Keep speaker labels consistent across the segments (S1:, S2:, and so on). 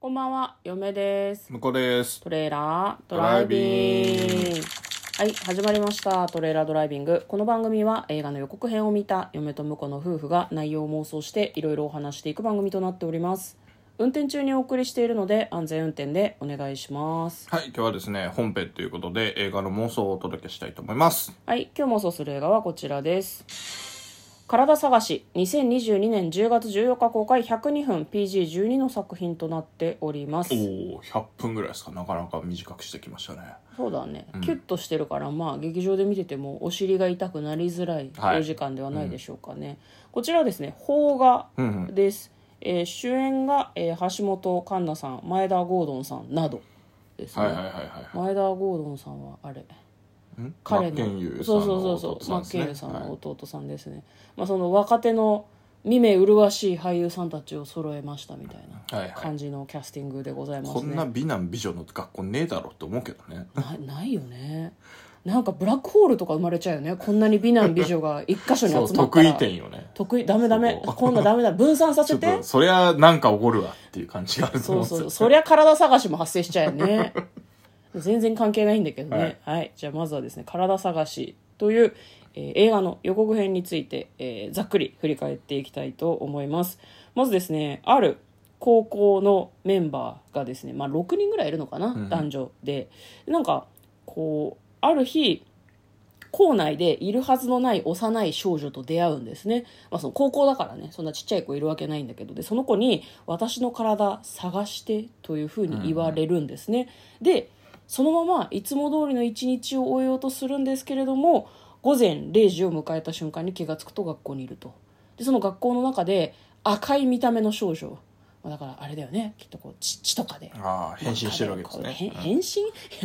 S1: こんばんは、嫁です。
S2: 向こうです。
S1: トレーラードライビング。はい、始まりました。トレーラードライビング。この番組は映画の予告編を見た嫁と婿の夫婦が内容を妄想していろいろお話していく番組となっております。運転中にお送りしているので安全運転でお願いします。
S2: はい、今日はですね、本編ということで映画の妄想をお届けしたいと思います。
S1: はい、今日妄想する映画はこちらです。体探し2022年10月14日公開102分 PG12 の作品となっております。
S2: おお、100分ぐらいですか。なかなか短くしてきましたね。
S1: そうだね、キュッとしてるからまあ劇場で見ててもお尻が痛くなりづらい
S2: はい
S1: 4時間ではないでしょうかね、こちらはですね邦画
S2: うん
S1: です、えー主演が、えー橋本環奈さん前田郷敦さんなどですね、
S2: はいはいはいはい。
S1: 前田郷敦さんはあれ
S2: ん
S1: 彼
S2: 真剣
S1: の
S2: 佑
S1: そうそうそうそう
S2: さん
S1: 真剣
S2: の弟ですね
S1: 佑さんの弟さんですね、まあ、その若手の未明麗しい俳優さんたちを揃えましたみたい
S2: はいはい
S1: な感じのキャスティングでございますね、
S2: こんな美男美女の学校ねえだろって思うけどね。
S1: なないよねなんかブラックホールとか生まれちゃうよねこんなに美男美女が一箇所に集
S2: そ
S1: まっ
S2: う、
S1: たら
S2: 得意点よね。
S1: 得意ダメダメ
S2: そう
S1: こんなダメだ分散さ
S2: ちょ
S1: せ
S2: ってと、そりゃなんか怒るわっていう感じがあると
S1: そ
S2: 思
S1: う
S2: うんです
S1: そ
S2: よ
S1: うそうそりゃ体探しも発生しちゃうよね 全然関係ないんだけど
S2: は
S1: ね
S2: い
S1: はい、じゃあまずはですね「体探し」という、えー映画の予告編について、えーざっくり振り返っていきたいと思いますまずですねある高校のメンバーがですね、まあ、6人ぐらいいるのかな、
S2: ん
S1: 男女でなんかこうある日校内でいるはずのない幼い少女と出会うんですね。まあその高校だからね、そんなちっちゃい子いるわけないんだけど、で、その子に私の体探してというふうに言われるんですね。で、そのままいつも通りの一日を終えようとするんですけれども、午前0時を迎えた瞬間に気がつくと学校にいると。で、その学校の中で赤い見た目の少女。まあだからあれだよね、きっとこう、血血とかで。
S2: ああ、変身してるわけです
S1: 変
S2: ね。
S1: 変身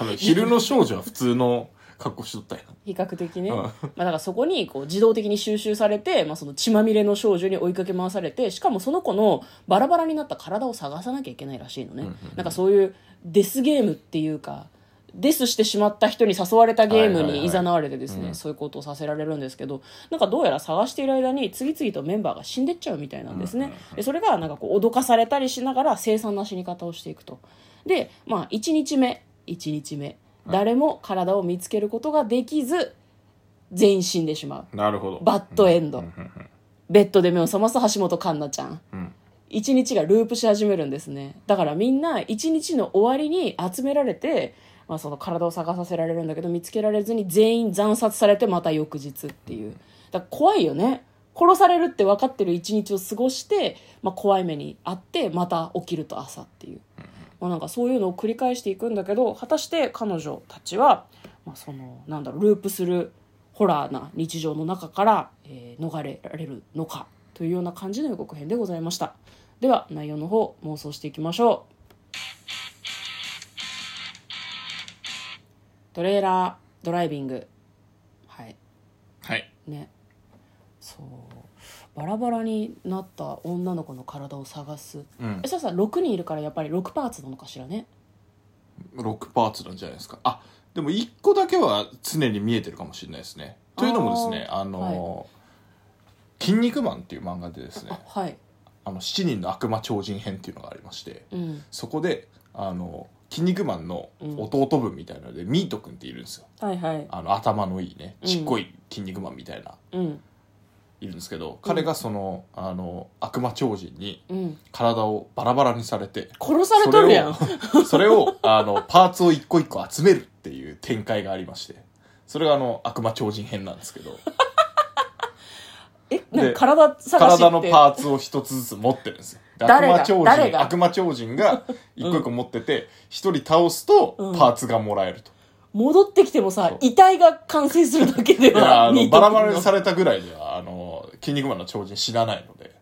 S2: あの昼の少女は普通の格好しとったよ。
S1: 比較的ね、
S2: うん
S1: まあ、だからそこにこう自動的に収集されて、まあ、その血まみれの少女に追いかけ回されてしかもその子のバラバラになった体を探さなきゃいけないらしいのね、
S2: うんうん
S1: なんかそういうデスゲームっていうかデスしてしまった人に誘われたゲーム
S2: はいはいは
S1: に
S2: い
S1: いざなわれてですね、
S2: うん
S1: そういうことをさせられるんですけどなんかどうやら探している間に次々とメンバーが死んでっちゃうみたいなんですね、
S2: うんうんうん
S1: でそれがなんかこう脅かされたりしながら凄惨な死に方をしていくとでまあ1日目1日目誰も体を見つけることができず全員死んでしまう
S2: なるほど。
S1: バッドエンド、
S2: うんうんうん
S1: ベッドで目を覚ます橋本環奈ちゃん
S2: うん。
S1: 一日がループし始めるんですねだからみんな一日の終わりに集められて、まあ、その体を探させられるんだけど見つけられずに全員惨殺されてまた翌日っていうだから怖いよね殺されるって分かってる一日を過ごして、まあ、怖い目にあってまた起きると朝っていう、まあ、なんかそういうのを繰り返していくんだけど果たして彼女たちは、まあ、そのなんだろうループするホラーな日常の中から、えー逃れられるのかというような感じの予告編でございましたでは内容の方妄想していきましょうトレーラードライビングはい
S2: はい。
S1: ねそうバラバラになった女の子の体を探す
S2: うん
S1: え。さあさ6人いるからやっぱり6パーツなのかしらね
S2: 6パーツなんじゃないですかあでも1個だけは常に見えてるかもしれないですねというのもですね
S1: あー
S2: あのー筋肉マン」っていう漫画でですね
S1: あはい
S2: あの7人の悪魔超人編っていうのがありまして
S1: うん
S2: そこであの筋肉マンの弟分みたいなので、ミート君っているんですよ
S1: はいはい
S2: あの頭のいいね
S1: うん
S2: ちっこい筋肉マンみたいな、
S1: うん
S2: いるんですけど彼がそのあの悪魔超人に
S1: うん
S2: 体をバラバラにされて
S1: 殺されとるやん
S2: それを それをあのパーツを一個一個集めるっていう展開がありましてそれがあの悪魔超人編なんです けど
S1: えなんか体探しって
S2: 体のパーツを一つずつ持ってるんですよで悪
S1: 誰が
S2: 魔超
S1: 誰が
S2: 人悪魔超人が一個一個持ってて一、人倒すと
S1: うん
S2: パーツがもらえると、
S1: 戻ってきても
S2: そ
S1: さ
S2: う
S1: 遺体が完成するだけで
S2: いや
S1: は
S2: あ
S1: ミ
S2: の
S1: ート
S2: バ
S1: 君
S2: ラ
S1: の
S2: バラにされたぐらいではあの筋肉マンの超人死なないので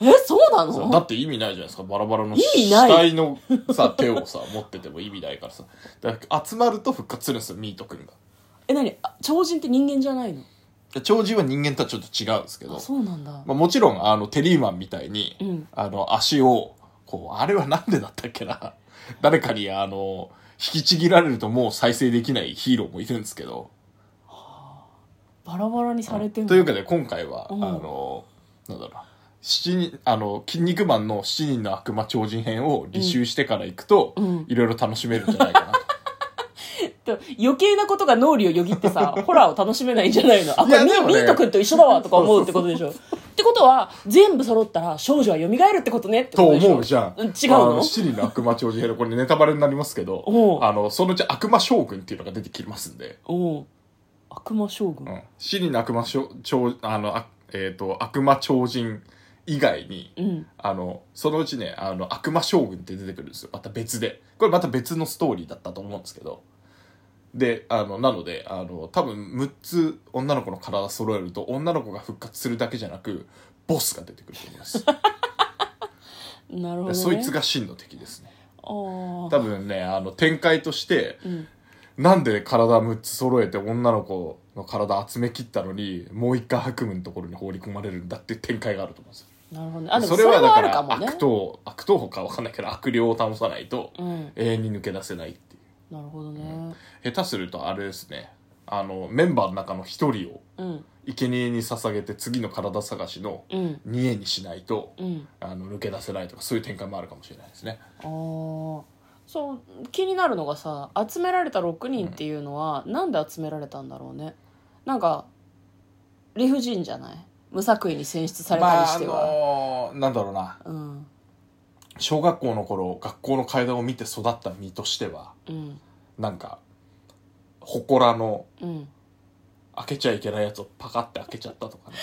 S1: えそうな
S2: そうだ
S1: の
S2: って意味ないじゃないですかバラバラの
S1: 意味
S2: 死
S1: ない
S2: 体のさ手をさ持ってても意味ないからさだから集まると復活するんですよミート君が
S1: え何あ超人って人間じゃないの
S2: で超人は人間とはちょっと違うんですけど
S1: あそうなんだ
S2: まあ、もちろんあのテリーマンみたいに、
S1: うん
S2: あの足をこうあれはなんでだったっけな 誰かにあの引きちぎられるともう再生できないヒーローもいるんですけど
S1: バラバラにされても
S2: というかね今回は、
S1: うん
S2: あのなんだろうな七人、あの、筋肉マンの七人の悪魔超人編を履修してから行くと、
S1: うん
S2: いろいろ楽しめるんじゃないか な。
S1: と余計なことが脳裏をよぎって さホラーを楽しめないんじゃないのあこ
S2: い
S1: れ
S2: や
S1: ミ
S2: でもね
S1: ミント君と一緒だわとか思うってことでしょってことは全部揃ったら少女は蘇るってことねって
S2: と
S1: ことでしょ
S2: 思うじゃん。
S1: うん違う
S2: あ
S1: の
S2: 七人の悪魔超人編の、これネタバレになりますけ
S1: お
S2: ど、
S1: う
S2: あの、そのうち悪魔将軍っていうのが出てきますんで、
S1: おう悪魔将軍、
S2: うん。七人の悪魔将超、あの、あえっ、と、悪魔超人以外に、
S1: うん
S2: あの、そのうちね、あの、悪魔将軍って出てくるんですよ。また別で。これまた別のストーリーだったと思うんですけど。で、あの、なので、あの、多分6つ女の子の体揃えると、女の子が復活するだけじゃなく、ボスが出てくると思います。
S1: なるほど、ね、
S2: そいつが真の敵ですね。
S1: あー
S2: 多分ね、あの、展開として、
S1: うん
S2: なんで体6つ揃えて女の子の体集め切ったのに、もう一回白夢のところに放り込まれるんだっていう展開があると思うんですよ。
S1: なるほどねあでも
S2: そ
S1: それ
S2: れはだ
S1: はあ
S2: か
S1: るからもね
S2: 悪党、悪党かわかんないけど悪霊を倒さないと
S1: うん
S2: 永遠に抜け出せないってい
S1: なるほどね
S2: う。下手するとあれですね、あの、メンバーの中の一人を
S1: うん
S2: 生贄に捧げて次の体探しの
S1: うん
S2: 二重にしないと、
S1: うん
S2: あの、抜け出せないとかそういう展開もあるかもしれないですね。
S1: あーそう気になるのがさ集められた6人っていうのは、なんで集められたんだろうねなんか理不尽じゃない無作為に選出されたりしては、
S2: まあ、あのーなんだろうな。
S1: うん
S2: 小学校の頃学校の階段を見て育った身としては
S1: うん
S2: なんか祠の
S1: うん
S2: 開けちゃいけないやつをパカって開けちゃったと かね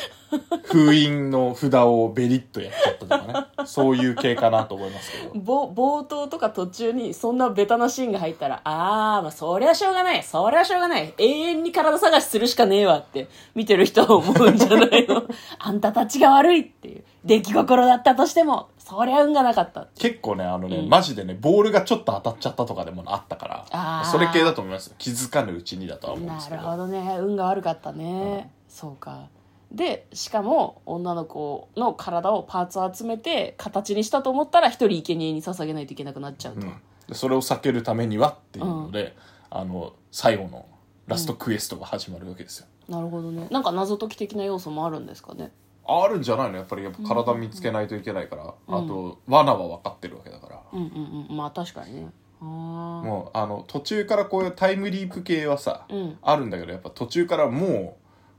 S2: 封印の札をベリッとやっちゃったとかねそういう系かなと思いますけど
S1: ぼ冒頭とか途中にそんなベタなシーンが入ったらあー、まあそりゃしょうがないそりゃしょうがない永遠に体探しするしかねえわって見てる人は思うんじゃない のあんたたちが悪いっていう出来心だったとしてもそりゃ運がなかった
S2: 結構ねあのね、
S1: うん
S2: マジでねボールがちょっと当たっちゃったとかでもあったか
S1: あー
S2: らそれ系だと思いますよ気づかぬうちにだとは思うんで
S1: な
S2: すけ
S1: る
S2: ど
S1: ほどね運が悪かったね、そうかでしかも女の子の体をパーツを集めて形にしたと思ったら一人生贄に捧げないといけなくなっちゃうと、
S2: うん、それを避けるためにはっていうので、あの最後のラストクエストが始まるわけですよ、
S1: なるほどねなんか謎解き的な要素もあるんですかね
S2: あるんじゃないのやっぱりやっぱ体見つけないといけないから、
S1: うん
S2: あと罠は分かってるわけだから、
S1: うんうんうんまあ確かにねああ
S2: もうあの途中からこういうタイムリープ系はさ、
S1: うん
S2: あるんだけどやっぱ途中からもう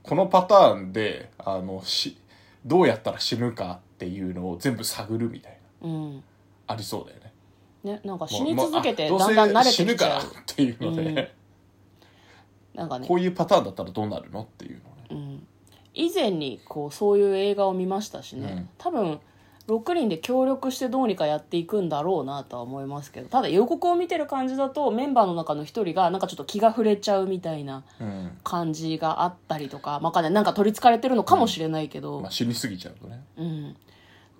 S2: このパターンであのしどうやったら死ぬかっていうのを全部探るみたいな
S1: うん
S2: ありそうだよね
S1: ねなんか
S2: もう
S1: 死に
S2: もう
S1: 続けて
S2: あどう
S1: だ
S2: せ
S1: んだん慣れてき
S2: 死ぬ
S1: ち
S2: か
S1: ゃ
S2: ら
S1: う
S2: っていうので、
S1: なんかね
S2: こういうパターンだったらどうなるのっていうのね
S1: うん、以前にこうそういう映画を見ましたしね、
S2: うん
S1: 多分6人で協力してどうにかやっていくんだろうなとは思いますけどただ予告を見てる感じだとメンバーの中の1人がなんかちょっと気が触れちゃうみたいな
S2: うん
S1: 感じがあったりとか、まあわかんない、なんか取りつかれてるのかもしれないけど、
S2: まあ、死にすぎちゃうとね
S1: うん、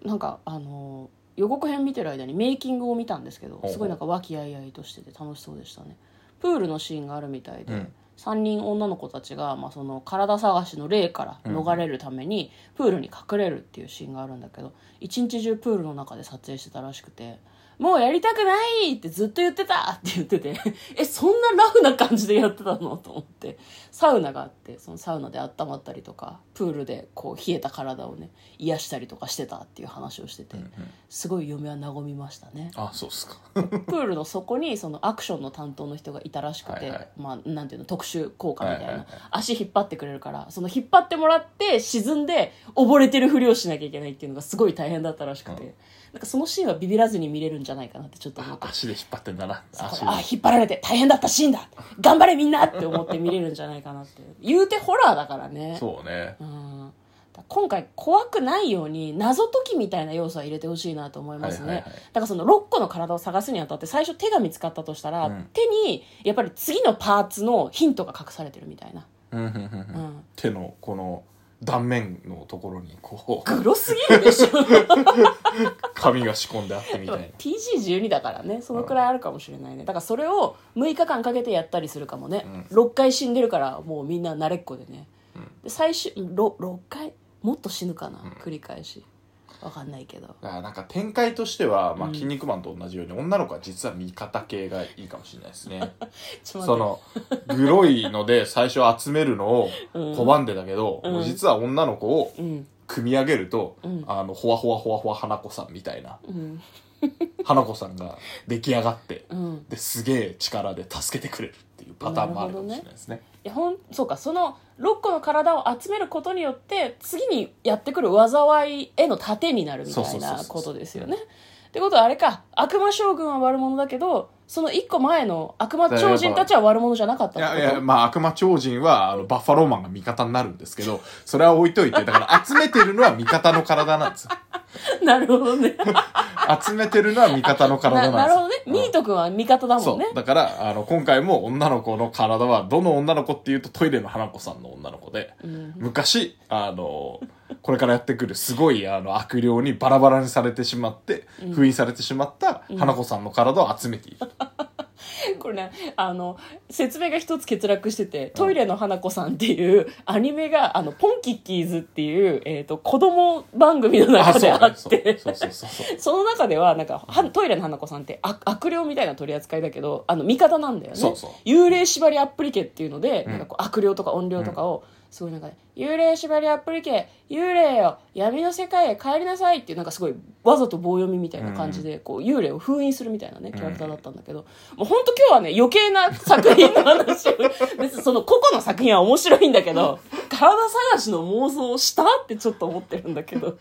S1: なんかあのー予告編見てる間にメイキングを見たんですけど
S2: ほう
S1: すごいなんか和気あいあいとしてて楽しそうでしたねプールのシーンがあるみたいで、
S2: うん
S1: 3人女の子たちが、まあ、その体探しの霊から
S2: うん
S1: 逃れるために、プールに隠れるっていうシーンがあるんだけど一日中プールの中で撮影してたらしくて「もうやりたくない!」ってずっと言ってたって言ってて えそんなラフな感じでやってたのと思ってサウナがあってそのサウナで温まったりとかプールでこう冷えた体をね癒したりとかしてたっていう話をしてて、
S2: うんうん
S1: すごい嫁は和みましたね。
S2: あそうっすか
S1: プールの底にそのアクションの担当の人がいたらしくて、
S2: はいはい
S1: まあなんていうの特殊効果みたいな、
S2: はいはいはい
S1: 足引っ張ってくれるからその引っ張ってもらって沈んで溺れてるふりをしなきゃいけないっていうのがすごい大変だったらしくて、
S2: うん
S1: なんかそのシーンはビビらずに見れるんじゃないかなってちょっと思っ
S2: あ
S1: て
S2: 足で引っ張ってんだな
S1: そこ
S2: 足
S1: で
S2: で
S1: あ引っ張られて大変だったシーンだ頑張れみんなって思って見れるんじゃないかなって言うてホラーだからね
S2: そうね
S1: うんだから今回怖くないように謎解きみたいな要素は入れてほしいなと思いますね、
S2: はいはいはい
S1: だからその6個の体を探すにあたって最初手が見つかったとしたら、
S2: うん
S1: 手にやっぱり次のパーツのヒントが隠されてるみたいな、
S2: うんうんうん
S1: う
S2: うんん手のこの断面のところにこう
S1: グロすぎるでしょ
S2: 紙が仕込んであってみたいな
S1: PG12 だからねそのくらいあるかもしれないねだからそれを6日間かけてやったりするかもね、6回死んでるからもうみんな慣れっこでね、で最終 6, 回もっと死ぬかな、繰り返しわかんないけど
S2: だからなんか展開としては、まあ、
S1: うん
S2: 筋肉マンと同じように、女の子は実は味方系がいいかもしれないで すね
S1: ちょっと
S2: そ
S1: 待って
S2: のグロいので最初集めるのを
S1: うん
S2: 拒んでたけど、
S1: うん
S2: 実は女の子を
S1: うん
S2: 組み上げると、
S1: うん
S2: あのほわほわほわほわ花子さんみたいな
S1: うん
S2: 花子さんが出来上がって
S1: うん
S2: ですげえ力で助けてくれるっていうパターンもあるかもしれないですね
S1: いやほんそうかその6個の体を集めることによって次にやってくる災いへの盾になるみた
S2: そ
S1: いう
S2: そうそう
S1: な
S2: そう
S1: ことですよね。ってことはあれか悪魔将軍は悪者だけどその1個前の悪魔超人たちは悪者じゃなかった
S2: い
S1: ってこ
S2: や
S1: と
S2: いや、まあ、悪魔超人は、あの、バッファローマンが味方になるんですけど、それは置いといて、だから集めてるのは味方の体なんですよ。
S1: なるほどね。
S2: 集めてるのは味方の
S1: な
S2: 体
S1: なるほ
S2: なん
S1: ど
S2: で
S1: ね
S2: す。よ。
S1: ミート君は味方だもんね
S2: そう。。だから、あの、今回も女の子の体は、どの女の子っていうとトイレの花子さんの女の子で、昔、あの、これからやってくるすごい、あの、悪霊にバラバラにされてしまって、封印されてしまった花子さんの体を集めている。
S1: これね、あの、説明が一つ欠落してて、トイレの花子さんっていうアニメが、あの、ポンキッキーズっていう、えっ、と、子供番組の中であ
S2: ね
S1: っ
S2: そう
S1: て、
S2: そうそうそうそう。
S1: その中ではなんかはトイレの花子さんってあ悪霊みたいな取り扱いだけどあの味方なんだよね
S2: そうそう
S1: 幽霊縛りアプリケっていうので、
S2: うん
S1: なんかこう悪霊とか怨霊とかを、すごいなんか、ね、幽霊縛りアプリケ幽霊よ闇の世界へ帰りなさいっていうなんかすごいわざと棒読みみたいな感じで、こう幽霊を封印するみたいなねキャラクターだったんだけど、もう本当今日はね余計な作品の話 を別にその個々の作品は面白いんだけど体探しの妄想をしたってちょっと思ってるんだけど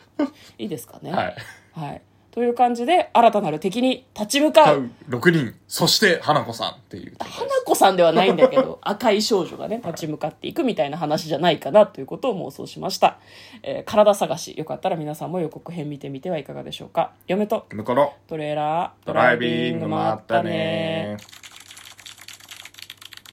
S1: いいですかね
S2: はい。
S1: はい。という感じで、新たなる敵に立ち向かう。
S2: 6人、そして花子さんっていう。
S1: 花子さんではないんだけど、 赤い少女がね、立ち向かっていくみたいな話じゃないかなということを妄想しました。えー体探し、よかったら皆さんも予告編見てみてはいかがでしょうか。嫁と
S2: 向こうの
S1: トレーラー、
S2: ドライビングもあったね